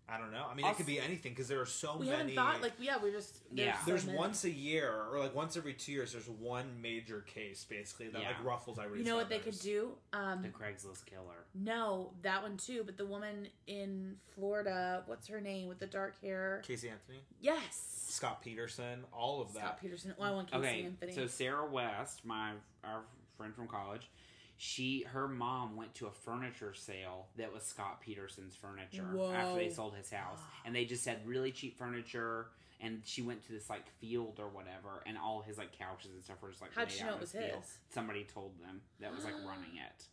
Speaker 2: I don't know. I mean, it could be anything because there are so
Speaker 3: we
Speaker 2: many.
Speaker 3: haven't thought like yeah, we just there's
Speaker 1: Yeah.
Speaker 3: so
Speaker 2: there's
Speaker 3: many.
Speaker 2: once a year or like once every two years. There's one major case basically that
Speaker 1: Yeah.
Speaker 2: like ruffles everybody's.
Speaker 3: You know what they
Speaker 2: feathers.
Speaker 3: could do?
Speaker 1: The
Speaker 3: Um,
Speaker 1: Craigslist killer.
Speaker 3: no, that one too. But the woman in Florida, what's her name with the dark hair?
Speaker 2: Casey Anthony,
Speaker 3: Yes,
Speaker 2: Scott Peterson, all of that.
Speaker 3: Scott Peterson. Oh, I want Casey
Speaker 1: Okay,
Speaker 3: Anthony.
Speaker 1: so Sarah West, my our friend from college, she her mom went to a furniture sale that was Scott Peterson's furniture after they
Speaker 3: Whoa.
Speaker 1: sold his house, and they just had really cheap furniture. And she went to this like field or whatever, and all his like couches and stuff were just like
Speaker 3: How'd
Speaker 1: laid
Speaker 3: she
Speaker 1: out
Speaker 3: know
Speaker 1: in
Speaker 3: it
Speaker 1: this
Speaker 3: was
Speaker 1: field.
Speaker 3: his?
Speaker 1: Somebody told them that was like running it,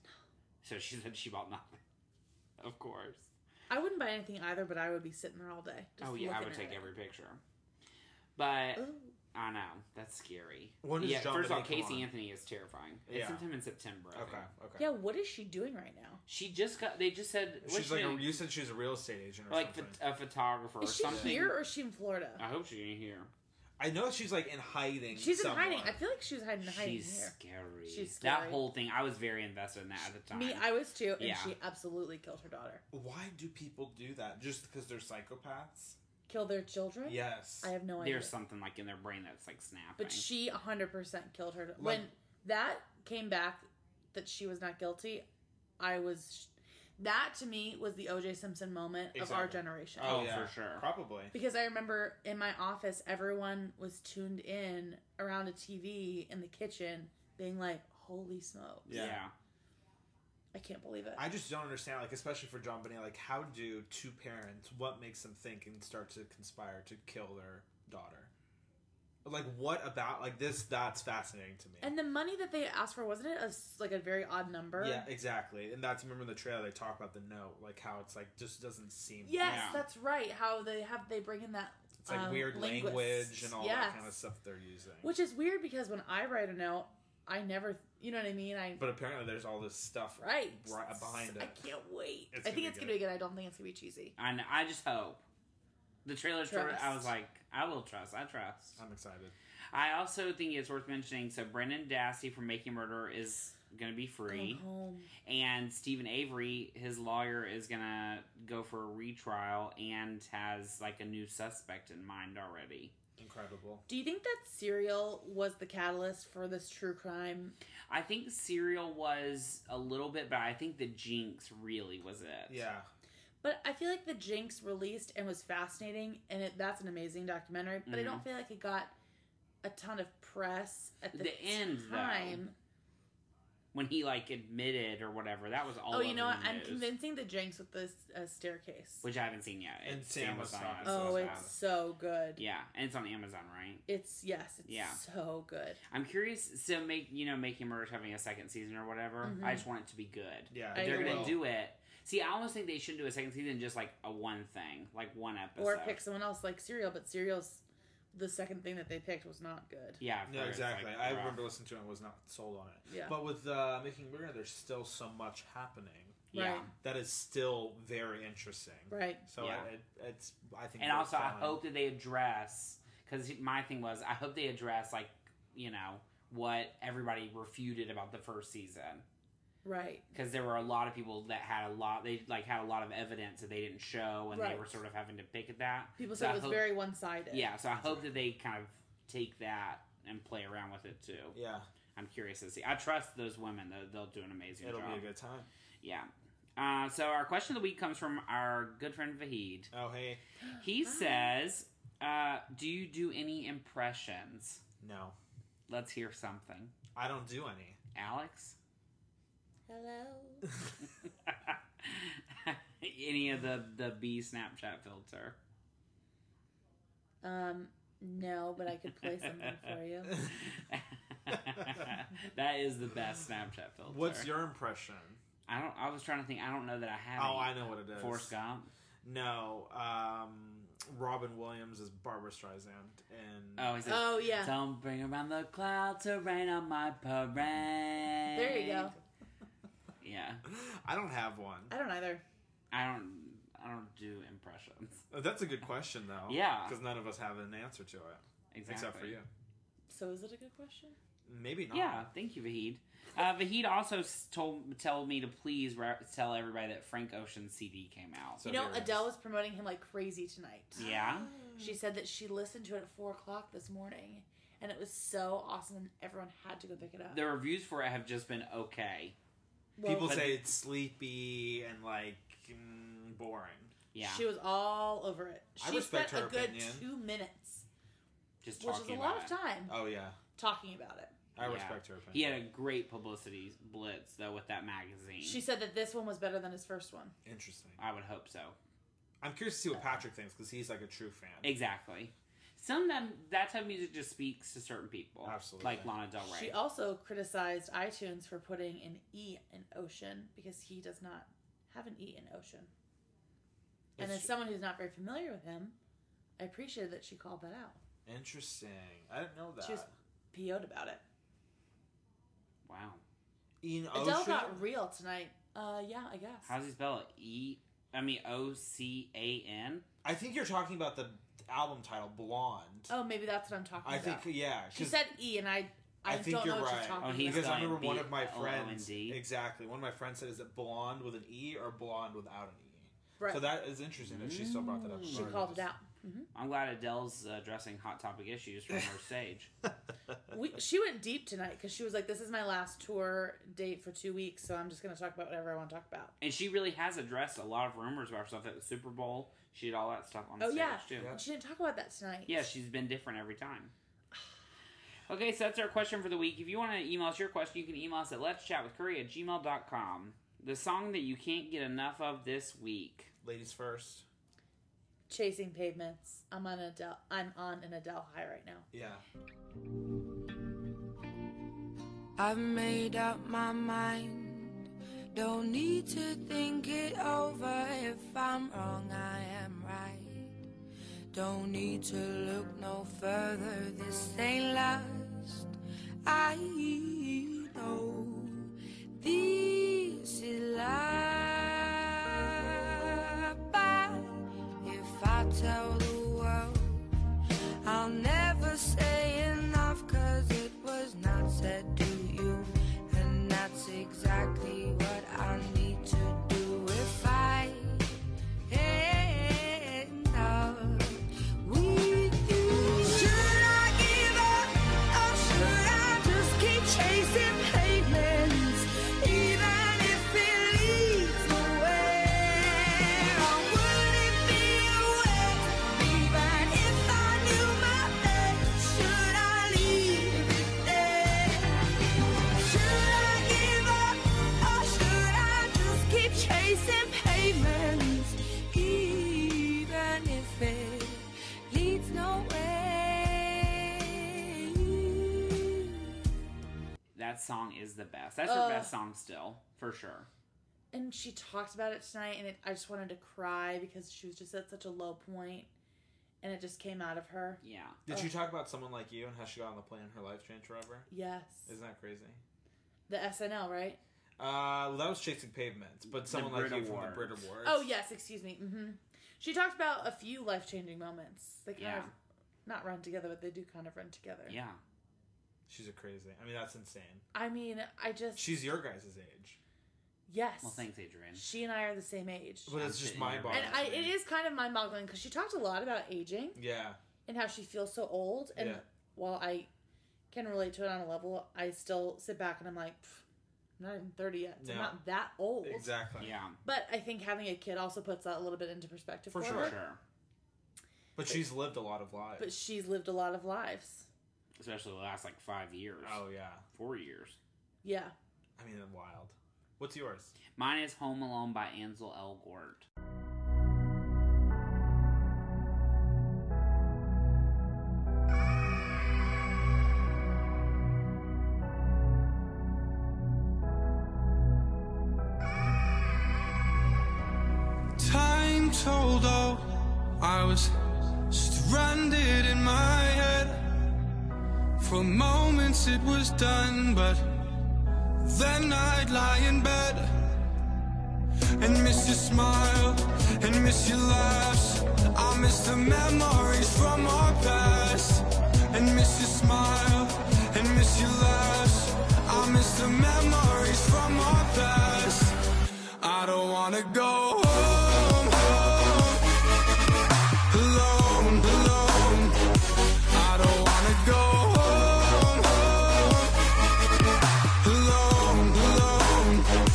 Speaker 1: so she said she bought nothing. Of course.
Speaker 3: I wouldn't buy anything either, but I would be sitting there all day. Just
Speaker 1: oh yeah, I
Speaker 3: looking
Speaker 1: would
Speaker 3: at
Speaker 1: take
Speaker 3: it.
Speaker 1: every picture. But
Speaker 3: Ooh.
Speaker 1: I know that's scary.
Speaker 2: When does
Speaker 1: yeah,
Speaker 2: John
Speaker 1: first of all,
Speaker 2: Bonet come
Speaker 1: Casey
Speaker 2: on?
Speaker 1: Anthony is terrifying. It's
Speaker 2: Yeah.
Speaker 1: sometime in September. I
Speaker 2: Okay,
Speaker 1: Think.
Speaker 2: okay.
Speaker 3: Yeah, what is she doing right now?
Speaker 1: She just got. They just said what's
Speaker 2: She's
Speaker 1: she
Speaker 2: like a,
Speaker 1: doing?
Speaker 2: you said she's a real estate agent or
Speaker 1: like
Speaker 2: something.
Speaker 1: phot- a photographer
Speaker 3: Is
Speaker 1: or
Speaker 3: she
Speaker 1: something.
Speaker 3: here or is she in Florida?
Speaker 1: I hope she ain't here.
Speaker 2: I know she's like in hiding.
Speaker 3: She's in
Speaker 2: somewhere.
Speaker 3: hiding. I feel like she was hiding hiding
Speaker 1: She's
Speaker 3: here.
Speaker 1: scary.
Speaker 3: She's
Speaker 1: That
Speaker 3: scary.
Speaker 1: whole thing. I was very invested in that at the time.
Speaker 3: Me, I was too, and
Speaker 1: Yeah.
Speaker 3: she absolutely killed her daughter.
Speaker 2: Why do people do that? Just because they're psychopaths?
Speaker 3: Killed their children?
Speaker 2: Yes.
Speaker 3: Mm-hmm. I have no idea.
Speaker 1: There's something like in their brain that's like snapping.
Speaker 3: But she 100% killed her.
Speaker 2: Like-
Speaker 3: When that came back that she was not guilty, I was. That to me was the OJ Simpson moment of our
Speaker 2: Exactly. Uh,
Speaker 3: generation.
Speaker 1: Oh, for sure.
Speaker 2: Probably.
Speaker 3: Because I remember in my office, everyone was tuned in around a TV in the kitchen, being like, holy smokes.
Speaker 1: yeah.
Speaker 2: Yeah.
Speaker 3: I can't believe it.
Speaker 2: I just don't understand, like, especially for John Bonet, like, how do two parents, what makes them think and start to conspire to kill their daughter? Like, what about, like, this, that's fascinating to me.
Speaker 3: and the money that they asked for, wasn't it a s like a very odd number?
Speaker 2: yeah, exactly. And that's, remember in the trailer, they talk about the note, like, how it's, like, just doesn't seem.
Speaker 3: Yes,
Speaker 1: Yeah.
Speaker 3: that's right. How they have they bring in that
Speaker 2: It's, like,
Speaker 3: um,
Speaker 2: weird
Speaker 3: linguists.
Speaker 2: language and all
Speaker 3: Yes.
Speaker 2: that kind of stuff they're using.
Speaker 3: Which is weird because when I write a note, I never, you know what I mean? I
Speaker 2: but apparently there's all this stuff
Speaker 3: right
Speaker 2: right behind
Speaker 3: I
Speaker 2: it.
Speaker 3: can't wait.
Speaker 2: It's
Speaker 3: I
Speaker 2: gonna
Speaker 3: think
Speaker 2: be
Speaker 3: it's
Speaker 2: good.
Speaker 3: gonna be good. I don't think it's gonna be cheesy.
Speaker 1: I know, I just hope. The trailer started. I was
Speaker 3: Trust.
Speaker 1: like, I will trust. I trust.
Speaker 2: I'm excited.
Speaker 1: I also think it's worth mentioning. So Brendan Dassey from Making Murder is gonna be free.
Speaker 3: Going home.
Speaker 1: and Stephen Avery, his lawyer, is gonna go for a retrial and has like a new suspect in mind already.
Speaker 2: Incredible.
Speaker 3: Do you think that serial was the catalyst for this true crime?
Speaker 1: I think Serial was a little bit, but I think the Jinx really was it.
Speaker 2: Yeah.
Speaker 3: But I feel like the Jinx released and was fascinating, and it, that's an amazing documentary. But I don't feel like it got a ton of press at the,
Speaker 1: The end, though.
Speaker 3: time.
Speaker 1: When he like admitted or whatever, that was all.
Speaker 3: Oh, you
Speaker 1: over
Speaker 3: know what?
Speaker 1: the
Speaker 3: I'm
Speaker 1: news,
Speaker 3: convincing the Jinx with this uh, staircase.
Speaker 1: which I haven't seen yet.
Speaker 2: And
Speaker 1: It's
Speaker 2: Sam was
Speaker 1: Amazon.
Speaker 2: not.
Speaker 3: oh,
Speaker 2: so
Speaker 3: it's
Speaker 2: bad.
Speaker 3: so good.
Speaker 1: yeah, and it's on Amazon, right?
Speaker 3: It's yes, it's
Speaker 1: Yeah.
Speaker 3: so good.
Speaker 1: I'm curious. So make you know, Making Murders having a second season or whatever.
Speaker 3: Mhm.
Speaker 1: I just want it to be good.
Speaker 2: Yeah.
Speaker 3: I
Speaker 1: If they're
Speaker 3: agree.
Speaker 1: gonna do it. See, I almost think they should do a second season, just like a one thing, like one episode.
Speaker 3: Or pick someone else like Serial, but Serial's the second thing that they picked was not good.
Speaker 1: Yeah, I've
Speaker 2: No,
Speaker 1: heard it's, like,
Speaker 2: exactly. I
Speaker 1: rough.
Speaker 2: remember listening to it and was not sold on it.
Speaker 3: Yeah.
Speaker 2: But with uh, Making Murder, there's still so much happening
Speaker 1: Yeah,
Speaker 3: Right.
Speaker 2: that is still very interesting.
Speaker 3: Right.
Speaker 2: So
Speaker 1: Yeah.
Speaker 2: it, it's, I think.
Speaker 1: and
Speaker 2: we're
Speaker 1: also I
Speaker 2: fine.
Speaker 1: hope that they address because my thing was I hope they address like you know what everybody refuted about the first season
Speaker 3: Right.
Speaker 1: because there were a lot of people that had a lot they like had a lot of evidence that they didn't show and they
Speaker 3: Right.
Speaker 1: were sort of having to pick at that.
Speaker 3: People
Speaker 1: So
Speaker 3: said
Speaker 1: I
Speaker 3: it was
Speaker 1: hope-
Speaker 3: very one sided.
Speaker 1: Yeah, so I hope that they kind of take that and play around with it too.
Speaker 2: Yeah,
Speaker 1: I'm curious to see. I trust those women; though they'll do an amazing
Speaker 2: it'll
Speaker 1: job.
Speaker 2: be a good time.
Speaker 1: Yeah. Uh, so our question of the week comes from our good friend Vahid.
Speaker 2: Oh, hey.
Speaker 1: He
Speaker 3: Hi.
Speaker 1: says, uh, "Do you do any impressions?
Speaker 2: No,
Speaker 1: Let's hear something,
Speaker 2: I don't do any.
Speaker 1: Alex.
Speaker 3: Hello.
Speaker 1: any of the the B Snapchat filter?
Speaker 3: Um, no, but I could play something for you.
Speaker 1: that is the best Snapchat filter.
Speaker 2: What's your impression?
Speaker 1: I don't. I was trying to think. I don't know that I have.
Speaker 2: Oh, I
Speaker 1: any.
Speaker 2: know what it is.
Speaker 1: Forrest Gump.
Speaker 2: No, um, Robin Williams is Barbara Streisand, and
Speaker 1: Oh, he says,
Speaker 3: Oh yeah.
Speaker 1: "Don't bring around the clouds to rain on my parade."
Speaker 3: There you go.
Speaker 1: Yeah.
Speaker 2: I don't have one.
Speaker 3: I don't either.
Speaker 1: I don't. I don't do impressions.
Speaker 2: Uh, That's a good question, though.
Speaker 1: Yeah.
Speaker 2: Because none of us have an answer to it,
Speaker 1: Exactly.
Speaker 2: except for you.
Speaker 3: So is it a good question?
Speaker 2: Maybe not.
Speaker 1: Yeah, thank you, Vahid. Uh, Vahid also s- told told me to please re- tell everybody that Frank Ocean's CD came out.
Speaker 2: So
Speaker 3: you know,
Speaker 2: there it is. Mm.
Speaker 3: Adele was promoting him like crazy tonight.
Speaker 1: Yeah.
Speaker 3: She said that she listened to it at four o'clock this morning, and it was so awesome, and everyone had to go pick it up.
Speaker 1: The reviews for it have just been okay.
Speaker 3: Well,
Speaker 2: People
Speaker 1: But-
Speaker 2: say it's sleepy and like mm, boring.
Speaker 1: Yeah,
Speaker 3: she was all over it.
Speaker 2: I
Speaker 3: She
Speaker 2: respect
Speaker 3: spent
Speaker 2: her
Speaker 3: a good
Speaker 2: opinion.
Speaker 3: two minutes,
Speaker 1: just
Speaker 3: which
Speaker 1: talking
Speaker 3: is a
Speaker 1: about
Speaker 3: lot of
Speaker 1: it.
Speaker 3: time
Speaker 2: Oh yeah,
Speaker 3: talking about it.
Speaker 2: I
Speaker 1: Yeah.
Speaker 2: respect her opinion.
Speaker 1: He had a great publicity blitz though with that magazine.
Speaker 3: She said that this one was better than his first one.
Speaker 2: Interesting.
Speaker 1: I would hope so.
Speaker 2: I'm curious to see what Patrick thinks because he's like a true fan.
Speaker 1: Exactly. Some of them, that type of music just speaks to certain people.
Speaker 2: Absolutely.
Speaker 1: Like Lana
Speaker 2: Oh,
Speaker 1: Del Rey.
Speaker 3: She also criticized iTunes for putting an E in ocean because he does not have an E in ocean. and as
Speaker 2: It's
Speaker 3: someone who's not very familiar with him, I appreciated that she called that out.
Speaker 2: interesting. I didn't know that.
Speaker 3: She was PO'd about it.
Speaker 1: wow.
Speaker 2: Ian
Speaker 3: Adele
Speaker 2: Ocean?
Speaker 3: got real tonight. Uh, yeah, I guess.
Speaker 1: How's he spell it? E. I mean O C A N.
Speaker 2: I think you're talking about the album title Blonde.
Speaker 3: oh, maybe that's what I'm talking
Speaker 2: I
Speaker 3: about.
Speaker 2: think yeah.
Speaker 3: she
Speaker 2: 'cause-
Speaker 3: said E, and I, I,
Speaker 2: I think
Speaker 3: don't
Speaker 2: you're
Speaker 3: know what
Speaker 2: right.
Speaker 3: she's talking
Speaker 1: Oh, he's
Speaker 3: about.
Speaker 2: because I
Speaker 1: spelling
Speaker 2: remember one of my
Speaker 1: B-L-O-N-D.
Speaker 2: friends exactly one of my friends said is it blonde with an e or blonde without an e.
Speaker 3: Right.
Speaker 2: So that is interesting that she still brought that up.
Speaker 1: Mm.
Speaker 3: she called it out.
Speaker 1: I'm glad Adele's uh, addressing hot topic issues from her stage.
Speaker 3: We, she went deep tonight because she was like, "This is my last tour date for two weeks, so I'm just going to talk about whatever I want to talk about."
Speaker 1: And she really has addressed a lot of rumors about herself at the Super Bowl. She did all that stuff on
Speaker 3: Oh,
Speaker 1: stage
Speaker 3: yeah.
Speaker 1: too.
Speaker 2: Yeah.
Speaker 3: She didn't talk about that tonight.
Speaker 1: Yeah, she's been different every time. Okay, so that's our question for the week. If you want to email us your question, you can email us at let's chat with Curry at gmail.com. The song that you can't get enough of this week.
Speaker 2: Ladies first.
Speaker 3: Chasing pavements. I'm on Adele. I'm on an Adele high right now.
Speaker 2: Yeah.
Speaker 4: I've made up my mind. Don't need to think it over. If I'm wrong, I am right. Don't need to look no further. This ain't last. I know this is life. But if I tell the world. I'll never say enough cause it was not said to you and that's exactly what I need to do if I end up with you Should I give up or should I just keep chasing pavements even if it leads nowhere or would it be a way to be right if I knew my fate should I leave it there should I give up or should I just keep chasing pavements, even if it leads nowhere?
Speaker 1: That song is the best. That's her
Speaker 3: Ugh.
Speaker 1: best song still, for sure.
Speaker 3: And she talked about it tonight, and it, I just wanted to cry because she was just at such a low point, and it just came out of her.
Speaker 1: Yeah.
Speaker 2: Did
Speaker 3: Oh.
Speaker 2: she talk about someone like you and how she got on the plane and her life changed forever?
Speaker 3: Yes.
Speaker 2: Isn't that crazy?
Speaker 3: The SNL, right?
Speaker 2: Uh, well, that was chasing pavements, but someone like
Speaker 1: Brit
Speaker 2: you from the
Speaker 1: Awards.
Speaker 2: Brit Awards.
Speaker 3: Oh yes, excuse me. hmm She talked about a few life changing moments. They kind
Speaker 1: Yeah.
Speaker 3: of not run together, but they do kind of run together.
Speaker 1: Yeah.
Speaker 2: She's a crazy. I mean, that's insane.
Speaker 3: I mean, I just
Speaker 2: She's your guys' age,
Speaker 3: yes.
Speaker 1: Well, thanks, Adrian.
Speaker 3: She and I are the same age,
Speaker 2: but it's just mind boggling.
Speaker 3: and I it is kind of mind boggling because she talked a lot about aging
Speaker 2: Yeah.
Speaker 3: and how she feels so old. And
Speaker 2: Yeah.
Speaker 3: while I can relate to it on a level, I still sit back and I'm like, "Pff, I'm not even thirty yet. So I'm
Speaker 2: No.
Speaker 3: not that old.
Speaker 2: Exactly.
Speaker 1: Yeah,
Speaker 3: But I think having a kid also puts that a little bit into perspective
Speaker 2: For
Speaker 3: for,
Speaker 1: for
Speaker 2: Sure.
Speaker 3: her.
Speaker 1: sure.
Speaker 2: But she's lived a lot of lives.
Speaker 3: But she's lived a lot of lives.
Speaker 1: Especially the last like five years.
Speaker 2: oh yeah.
Speaker 1: Four years.
Speaker 3: Yeah.
Speaker 2: I mean, wild. What's yours?
Speaker 1: Mine is Home Alone by Ansel Elgort.
Speaker 5: Time told all I was stranded in my head. For moments it was done, but then I'd lie in bed and miss your smile and miss your laughs. I miss the memories from our past and miss your smile and miss your laughs. I miss the memories from our past. I don't wanna go home, home. alone, alone. I don't wanna go home, home. alone, alone.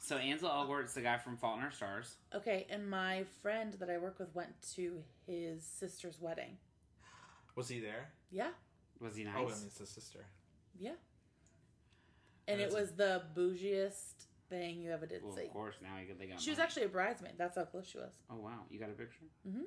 Speaker 1: So Ansel Elgort's the guy from Fault in Our Stars.
Speaker 3: Okay, and my friend that I work with went to his sister's wedding.
Speaker 2: Was he there?
Speaker 3: Yeah,
Speaker 1: Was he nice?
Speaker 2: Oh, and it's his sister.
Speaker 3: yeah. And it was the bougiest thing you ever did
Speaker 1: well,
Speaker 3: see.
Speaker 1: of course. Now he got- they got.
Speaker 3: She was
Speaker 1: money.
Speaker 3: actually a bridesmaid. That's how close she was.
Speaker 1: Oh wow, you got a picture. Mm-hmm.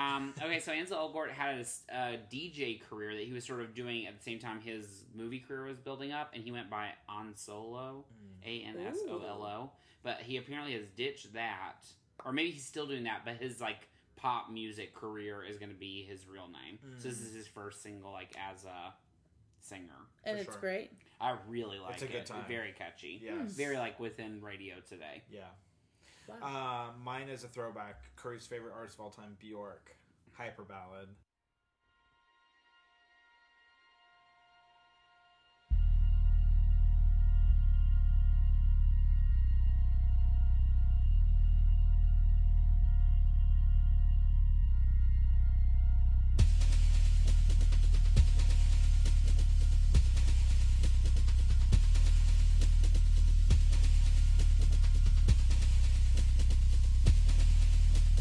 Speaker 1: Um, okay, so Ansel Elgort had a s- uh, DJ career that he was sort of doing at the same time his movie career was building up, and he went by Ansolo, A N S O L O. But he apparently has ditched that, or maybe he's still doing that. But his like pop music career is going to be his real name. So
Speaker 2: Mm.
Speaker 1: this is his first single, like as a singer.
Speaker 3: And
Speaker 2: For
Speaker 3: it's
Speaker 2: sure.
Speaker 3: great.
Speaker 1: I really like
Speaker 2: It's a
Speaker 1: it.
Speaker 2: good time.
Speaker 1: Very catchy.
Speaker 2: Yes.
Speaker 1: Mm. Very like within radio today.
Speaker 2: Yeah.
Speaker 3: Wow.
Speaker 2: Uh, mine is a throwback. Curry's favorite artist of all time, Bjork. Hyper ballad.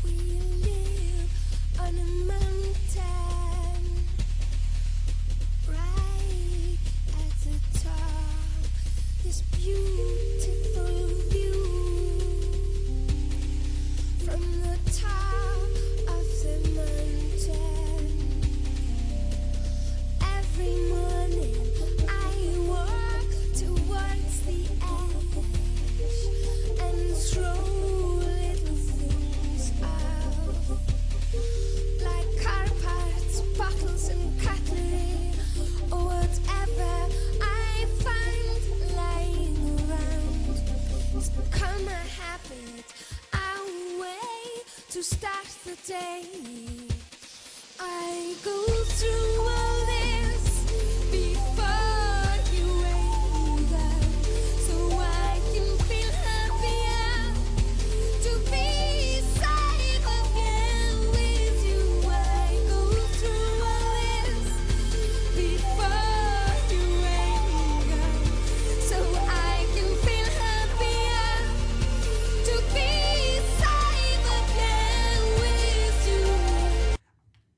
Speaker 4: We live on a mountain, right at the top. This beautiful view from the top of the mountain. Every morning I walk towards the edge and throw little things out like car parts, bottles, and cutlery, or whatever I find lying around. It's become a habit, our way to start the day. I go through all this before you wake up, so I can feel happier. To be safe again with you, I go through all this before you wake up, so I can feel happier. To be safe again with you.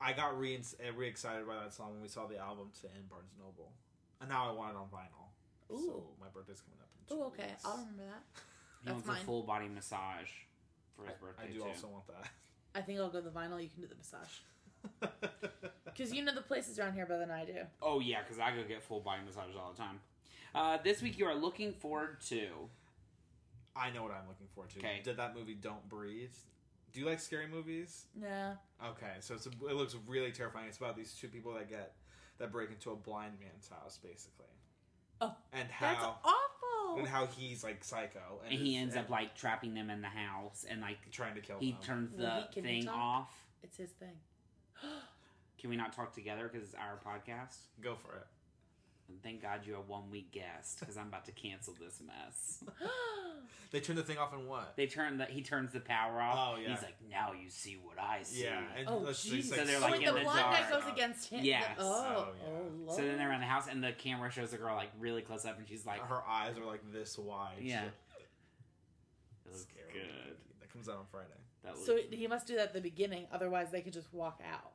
Speaker 2: I got re uh, re excited by that song when we saw the album to end Barnes Noble, and now I want it on vinyl. So
Speaker 3: Ooh.
Speaker 2: my birthday's coming up. in two
Speaker 3: Oh, okay.
Speaker 2: weeks.
Speaker 3: I'll remember that.
Speaker 1: He
Speaker 3: That's
Speaker 1: wants
Speaker 3: mine.
Speaker 1: a full body massage for his birthday
Speaker 2: I do
Speaker 1: too.
Speaker 2: also want that.
Speaker 3: I think I'll go the vinyl. You can do the massage. Because you know the places around here better than I do.
Speaker 1: Oh yeah, because I go get full body massages all the time. Uh, this week you are looking forward to.
Speaker 2: I know what I'm looking forward to.
Speaker 1: 'Kay.
Speaker 2: Did that movie Don't Breathe? Do you like scary movies?
Speaker 3: Nah.
Speaker 2: Okay, so it's it looks really terrifying. It's about these two people that get that break into a blind man's house, basically,
Speaker 3: Oh,
Speaker 2: and how
Speaker 3: that's awful.
Speaker 2: and how he's like psycho,
Speaker 1: And he
Speaker 2: it's-
Speaker 1: ends
Speaker 2: and
Speaker 1: up like trapping them in the house and like
Speaker 2: trying to kill
Speaker 1: he
Speaker 2: them.
Speaker 1: turns the
Speaker 3: Well, he can
Speaker 1: thing
Speaker 3: talk.
Speaker 1: off.
Speaker 3: It's his thing.
Speaker 1: Can we not talk together because it's our podcast?
Speaker 2: Go for it.
Speaker 1: And thank God you're a one week guest because I'm about to cancel this mess.
Speaker 2: They turn the thing off and what?
Speaker 1: They turn the he turns the power off.
Speaker 2: Oh, yeah.
Speaker 1: He's like, now you see what I see.
Speaker 2: Yeah, and
Speaker 3: Oh,
Speaker 2: let's- he's,
Speaker 3: Jesus.
Speaker 1: So they're,
Speaker 2: so
Speaker 1: like,
Speaker 3: oh, and
Speaker 1: in
Speaker 3: the
Speaker 1: the
Speaker 3: blonde guy
Speaker 1: dark.
Speaker 3: goes against him.
Speaker 1: Yes.
Speaker 3: Oh,
Speaker 2: Oh, yeah.
Speaker 3: oh, Lord.
Speaker 1: So then they're around the house and the camera shows the girl like really close up and she's like,
Speaker 2: her eyes are like this wide. She's
Speaker 1: yeah.
Speaker 2: like,
Speaker 1: It looks
Speaker 2: Scary.
Speaker 1: good.
Speaker 2: That comes out on Friday.
Speaker 1: That was
Speaker 3: So he must do that at the beginning, otherwise they could just walk out.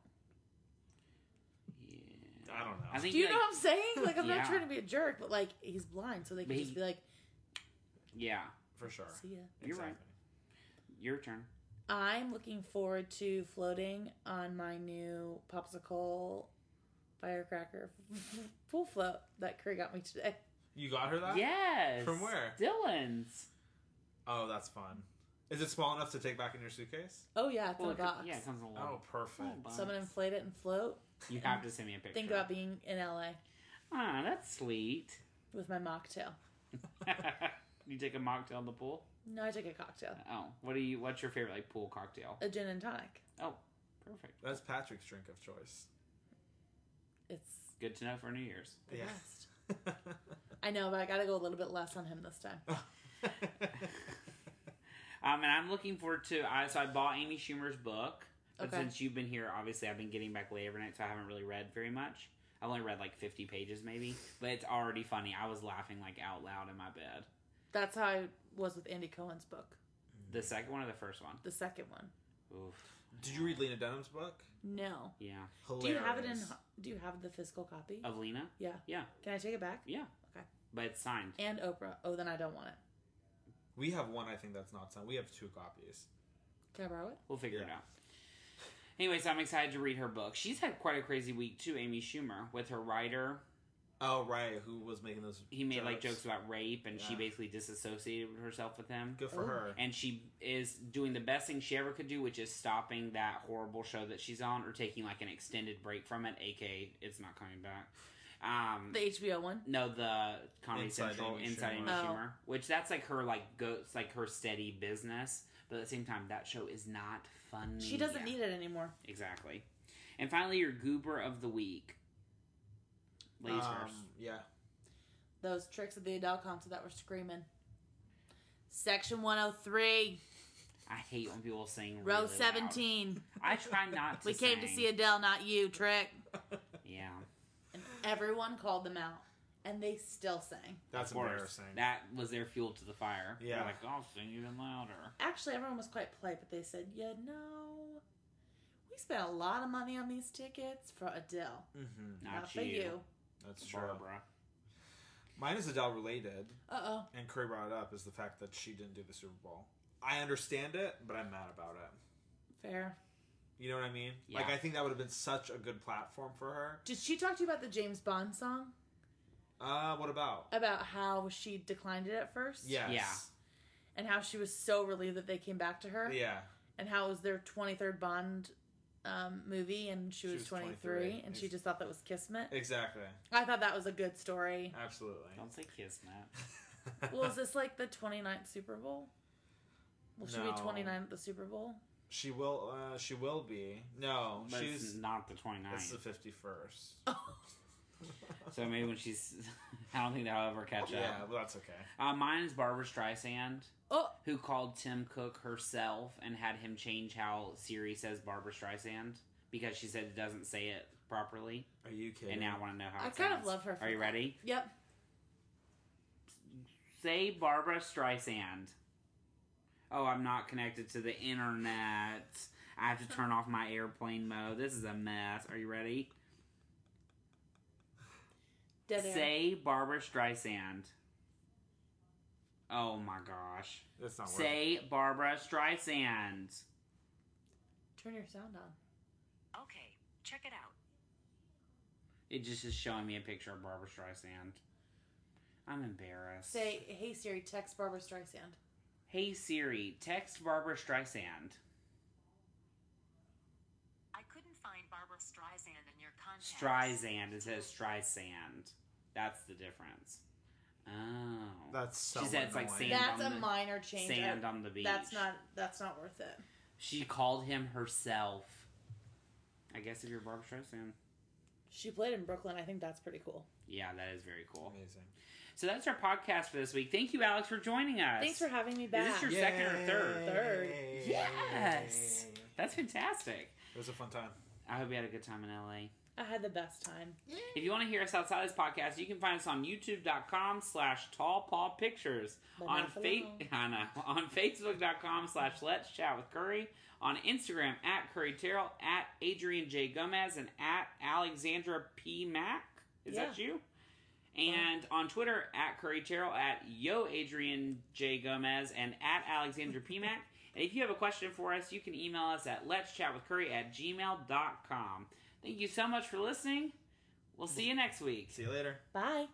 Speaker 1: yeah.
Speaker 2: I don't know.
Speaker 1: I think
Speaker 3: Do you
Speaker 1: like,
Speaker 3: know what I'm saying? Like I'm
Speaker 1: Yeah.
Speaker 3: not trying to be a jerk, but like he's blind, so they
Speaker 1: But
Speaker 3: could just
Speaker 1: he-
Speaker 3: be like,
Speaker 1: yeah.
Speaker 2: For sure.
Speaker 3: "See ya."
Speaker 1: You're right. Your turn.
Speaker 3: I'm looking forward to floating on my new popsicle firecracker pool float that Curry got me today.
Speaker 2: You got her that?
Speaker 1: Yes.
Speaker 2: From where?
Speaker 1: Dylan's.
Speaker 2: Oh, that's fun. Is it small enough to take back in your suitcase?
Speaker 3: Oh yeah, it's
Speaker 1: Well,
Speaker 3: in a
Speaker 1: it com-
Speaker 3: box.
Speaker 1: yeah, it comes in a
Speaker 2: Oh,
Speaker 1: little.
Speaker 2: perfect.
Speaker 1: box.
Speaker 3: so I'm gonna inflate it and float.
Speaker 1: You have to send me a picture.
Speaker 3: Think about being in LA
Speaker 1: Ah, that's sweet.
Speaker 3: with my mocktail.
Speaker 1: I You take a mocktail in the pool.
Speaker 3: No, I took a cocktail.
Speaker 1: Oh, what do you? What's your favorite like pool cocktail?
Speaker 3: A gin and tonic.
Speaker 1: Oh, perfect.
Speaker 2: That's Patrick's drink of choice.
Speaker 3: It's
Speaker 1: Good to know for New Year's.
Speaker 3: the
Speaker 2: Yeah.
Speaker 3: best. I know, but I gotta go a little bit less on him this time.
Speaker 1: Um, and I'm looking forward to. I so I bought Amy Schumer's book, but
Speaker 3: Okay.
Speaker 1: since you've been here, obviously I've been getting back late every night, so I haven't really read very much. I've only read like 50 pages maybe, but it's already funny. I was laughing like out loud in my bed.
Speaker 3: That's how I was with Andy Cohen's book,
Speaker 1: The second one or the first one?
Speaker 3: the second one.
Speaker 1: Oof.
Speaker 2: Did you read Lena Dunham's book?
Speaker 3: No.
Speaker 1: Yeah.
Speaker 3: Do you have it in?
Speaker 2: Hilarious.
Speaker 3: Do you have the physical copy?
Speaker 1: Of Lena?
Speaker 3: Yeah.
Speaker 1: Yeah.
Speaker 3: Can I take it back?
Speaker 1: Oh. Yeah.
Speaker 3: Okay.
Speaker 1: But it's signed.
Speaker 3: And Oprah. Oh, then I don't want it.
Speaker 2: We have one. I think that's not signed. We have two copies.
Speaker 3: Can I borrow it?
Speaker 1: We'll figure it
Speaker 2: Yeah.
Speaker 1: out. Anyway, so I'm excited to read her book. She's had quite a crazy week too, Amy Schumer, with her writer.
Speaker 2: Oh right, who was making those?
Speaker 1: He made like jokes about rape and she
Speaker 2: Yeah.
Speaker 1: basically disassociated herself with him.
Speaker 2: Good for
Speaker 3: Oh.
Speaker 2: her.
Speaker 1: And she is doing the best thing she ever could do, which is stopping that horrible show that she's on or taking like an extended break from it, aka it's not coming back. Um
Speaker 3: The HBO one.
Speaker 1: no, the Comedy
Speaker 2: Inside
Speaker 1: Central
Speaker 2: Amy
Speaker 1: Inside
Speaker 2: Schumer.
Speaker 1: Amy
Speaker 3: Oh.
Speaker 1: Schumer, which that's like her like go it's like her steady business, but at the same time that show is not funny.
Speaker 3: She doesn't need it anymore.
Speaker 1: Exactly. And finally, your goober of the week. Ladies
Speaker 2: Um,
Speaker 1: first.
Speaker 2: yeah.
Speaker 3: Those tricks at the adult concert that were screaming. Section 103,
Speaker 1: I hate when people sing.
Speaker 3: row
Speaker 1: really loud.
Speaker 3: 17.
Speaker 1: I try not to.
Speaker 3: We came to see Adele, not you, Trick.
Speaker 1: Yeah,
Speaker 3: And everyone called them out, and they still sang.
Speaker 2: That's
Speaker 1: of course.
Speaker 2: embarrassing.
Speaker 1: That was their fuel to the fire. They're
Speaker 2: Yeah.
Speaker 1: like I'll sing even louder.
Speaker 3: Actually, everyone was quite polite, but they said, "You know, we spent a lot of money on these tickets for Adele,
Speaker 2: hmm
Speaker 1: Not,
Speaker 3: not, for you."
Speaker 2: That's true.
Speaker 1: Barbara.
Speaker 2: Mine is Adele related,
Speaker 3: Uh oh,
Speaker 2: and Corey brought it up is the fact that she didn't do the Super Bowl. I understand it, but I'm mad about it.
Speaker 3: fair.
Speaker 2: You know what I mean?
Speaker 1: Yeah.
Speaker 2: Like I think that would have been such a good platform for her.
Speaker 3: Did she talk to you about the James Bond song?
Speaker 2: Uh, what about?
Speaker 3: About how she declined it at first,
Speaker 2: Yes.
Speaker 3: and how she was so relieved that they came back to her,
Speaker 2: Yeah.
Speaker 3: and how it was their twenty third Bond um, movie, and she, was,
Speaker 2: was
Speaker 3: twenty
Speaker 2: 23,
Speaker 3: three, and she
Speaker 2: ex-
Speaker 3: just thought that was kismet.
Speaker 2: Exactly.
Speaker 3: I thought that was a good story.
Speaker 2: Absolutely.
Speaker 1: Don't say kiss, Matt.
Speaker 3: well, is this like the 29th Super Bowl? Will she be
Speaker 2: No.
Speaker 3: 29 at the Super Bowl?
Speaker 2: she will. Uh, she will be. No,
Speaker 1: But it's
Speaker 2: she's.
Speaker 1: not the 29th.
Speaker 2: It's the fifty-first.
Speaker 1: Oh. So maybe when she's, I don't think that'll ever catch
Speaker 2: Yeah,
Speaker 1: up.
Speaker 2: well, that's okay.
Speaker 1: Uh, mine is Barbara Streisand.
Speaker 3: Oh,
Speaker 1: who called Tim Cook herself and had him change how Siri says Barbara Streisand because she said it doesn't say it properly.
Speaker 2: Are you kidding?
Speaker 1: And now I want to know how.
Speaker 3: I
Speaker 1: it
Speaker 3: kind of
Speaker 1: sounds.
Speaker 3: love her for
Speaker 1: Are you
Speaker 3: that.
Speaker 1: ready?
Speaker 3: yep.
Speaker 1: Say Barbara Streisand. Oh, I'm not connected to the internet. I have to turn off my airplane mode. This is a mess. Are you ready?
Speaker 3: Dead air.
Speaker 1: Say Barbara Streisand. Oh my gosh.
Speaker 2: that's not working.
Speaker 1: Say Barbara Streisand.
Speaker 3: Turn your sound on.
Speaker 6: Okay, check it out.
Speaker 1: It just is showing me a picture of Barbara Streisand. I'm embarrassed.
Speaker 3: Say, hey Siri, text Barbara Streisand.
Speaker 1: hey Siri, text Barbara Streisand.
Speaker 6: I couldn't find Barbara Streisand in your contacts.
Speaker 1: Streisand. It says Streisand. That's the difference. Oh.
Speaker 2: That's so.
Speaker 1: She said it's like
Speaker 2: annoying.
Speaker 1: Sand
Speaker 3: that's
Speaker 1: on
Speaker 3: a
Speaker 1: the-
Speaker 3: minor change. I-
Speaker 1: Sand on the beach.
Speaker 3: That's not. That's not worth it.
Speaker 1: She called him herself. I guess if you're Barbara Streisand.
Speaker 3: She played in Brooklyn. I think that's pretty cool.
Speaker 1: Yeah, that is very cool.
Speaker 2: amazing.
Speaker 1: So that's our podcast for this week. Thank you, Alex, for joining us.
Speaker 3: Thanks for having me
Speaker 1: this
Speaker 3: back.
Speaker 1: your- second or third?
Speaker 3: Third.
Speaker 2: Yay.
Speaker 1: Yes! That's fantastic.
Speaker 2: It was a fun time.
Speaker 1: I hope you had a good time in LA.
Speaker 3: I had the best time.
Speaker 1: If you want to hear us outside this podcast, you can find us on youtube.com slash tallpaw pictures.
Speaker 3: But
Speaker 1: On,
Speaker 3: not for
Speaker 1: fa-
Speaker 3: long.
Speaker 1: I know. on facebook.com slash let's chat with Curry. On Instagram at Curry Terrell, at Adrian J. Gomez, and at Alexandra P. Mack. Is that you? And on Twitter at Curry Terrell, at Yo Adrian J. Gomez, and at Alexandra P. Mack. And if you have a question for us, you can email us at let's chat with Curry at gmail.com. Thank you so much for listening. We'll see you next week.
Speaker 2: See you later.
Speaker 3: Bye.